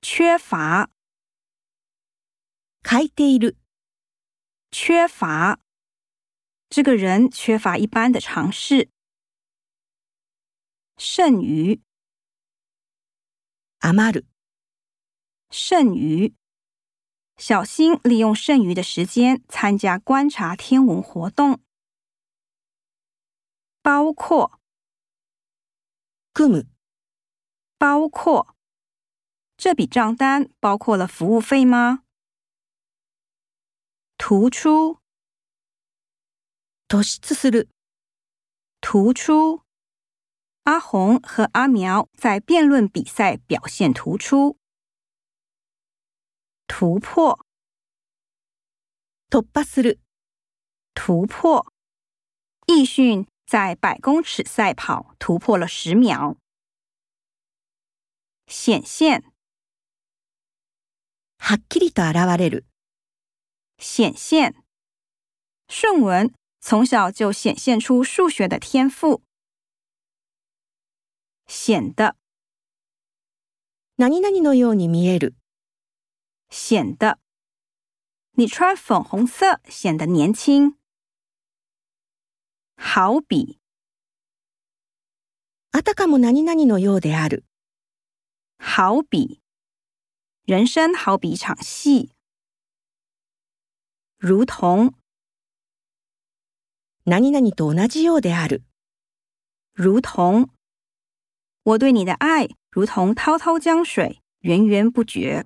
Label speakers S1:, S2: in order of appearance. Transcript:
S1: 缺乏、
S2: 欠いている、
S1: 缺乏。这个人缺乏一般的常识。剩余、
S2: 余る、
S1: 剩余。小新利用剩余的时间参加观察天文活动，包括。
S2: 組む、
S1: 包括这笔账单包括了服务费吗？突出，
S2: 突出する、
S1: 突出。阿红和阿苗在辩论比赛表现突出。突破，
S2: 突破する、
S1: 突破。易迅在百公尺赛跑突破了十秒。显现，
S2: はっきりと現れる、
S1: 显现。顺文从小就显现出数学的天赋。显得，
S2: 何々のように見える、
S1: 显得。你穿粉红色显得年轻。好比，
S2: あたかも何々のようである、
S1: 好比。人生好比一场戏。如同，
S2: 何々と同じようである、
S1: 如同。我对你的爱如同滔滔江水，源源不绝。